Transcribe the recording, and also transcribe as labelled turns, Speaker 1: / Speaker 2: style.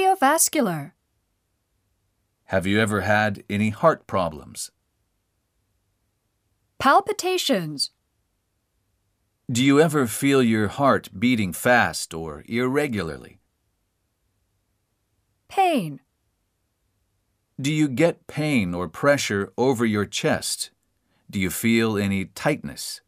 Speaker 1: Cardiovascular.
Speaker 2: Have you ever had any heart problems?
Speaker 1: Palpitations.
Speaker 2: Do you ever feel your heart beating fast or irregularly?
Speaker 1: Pain.
Speaker 2: Do you get pain or pressure over your chest? Do you feel any tightness?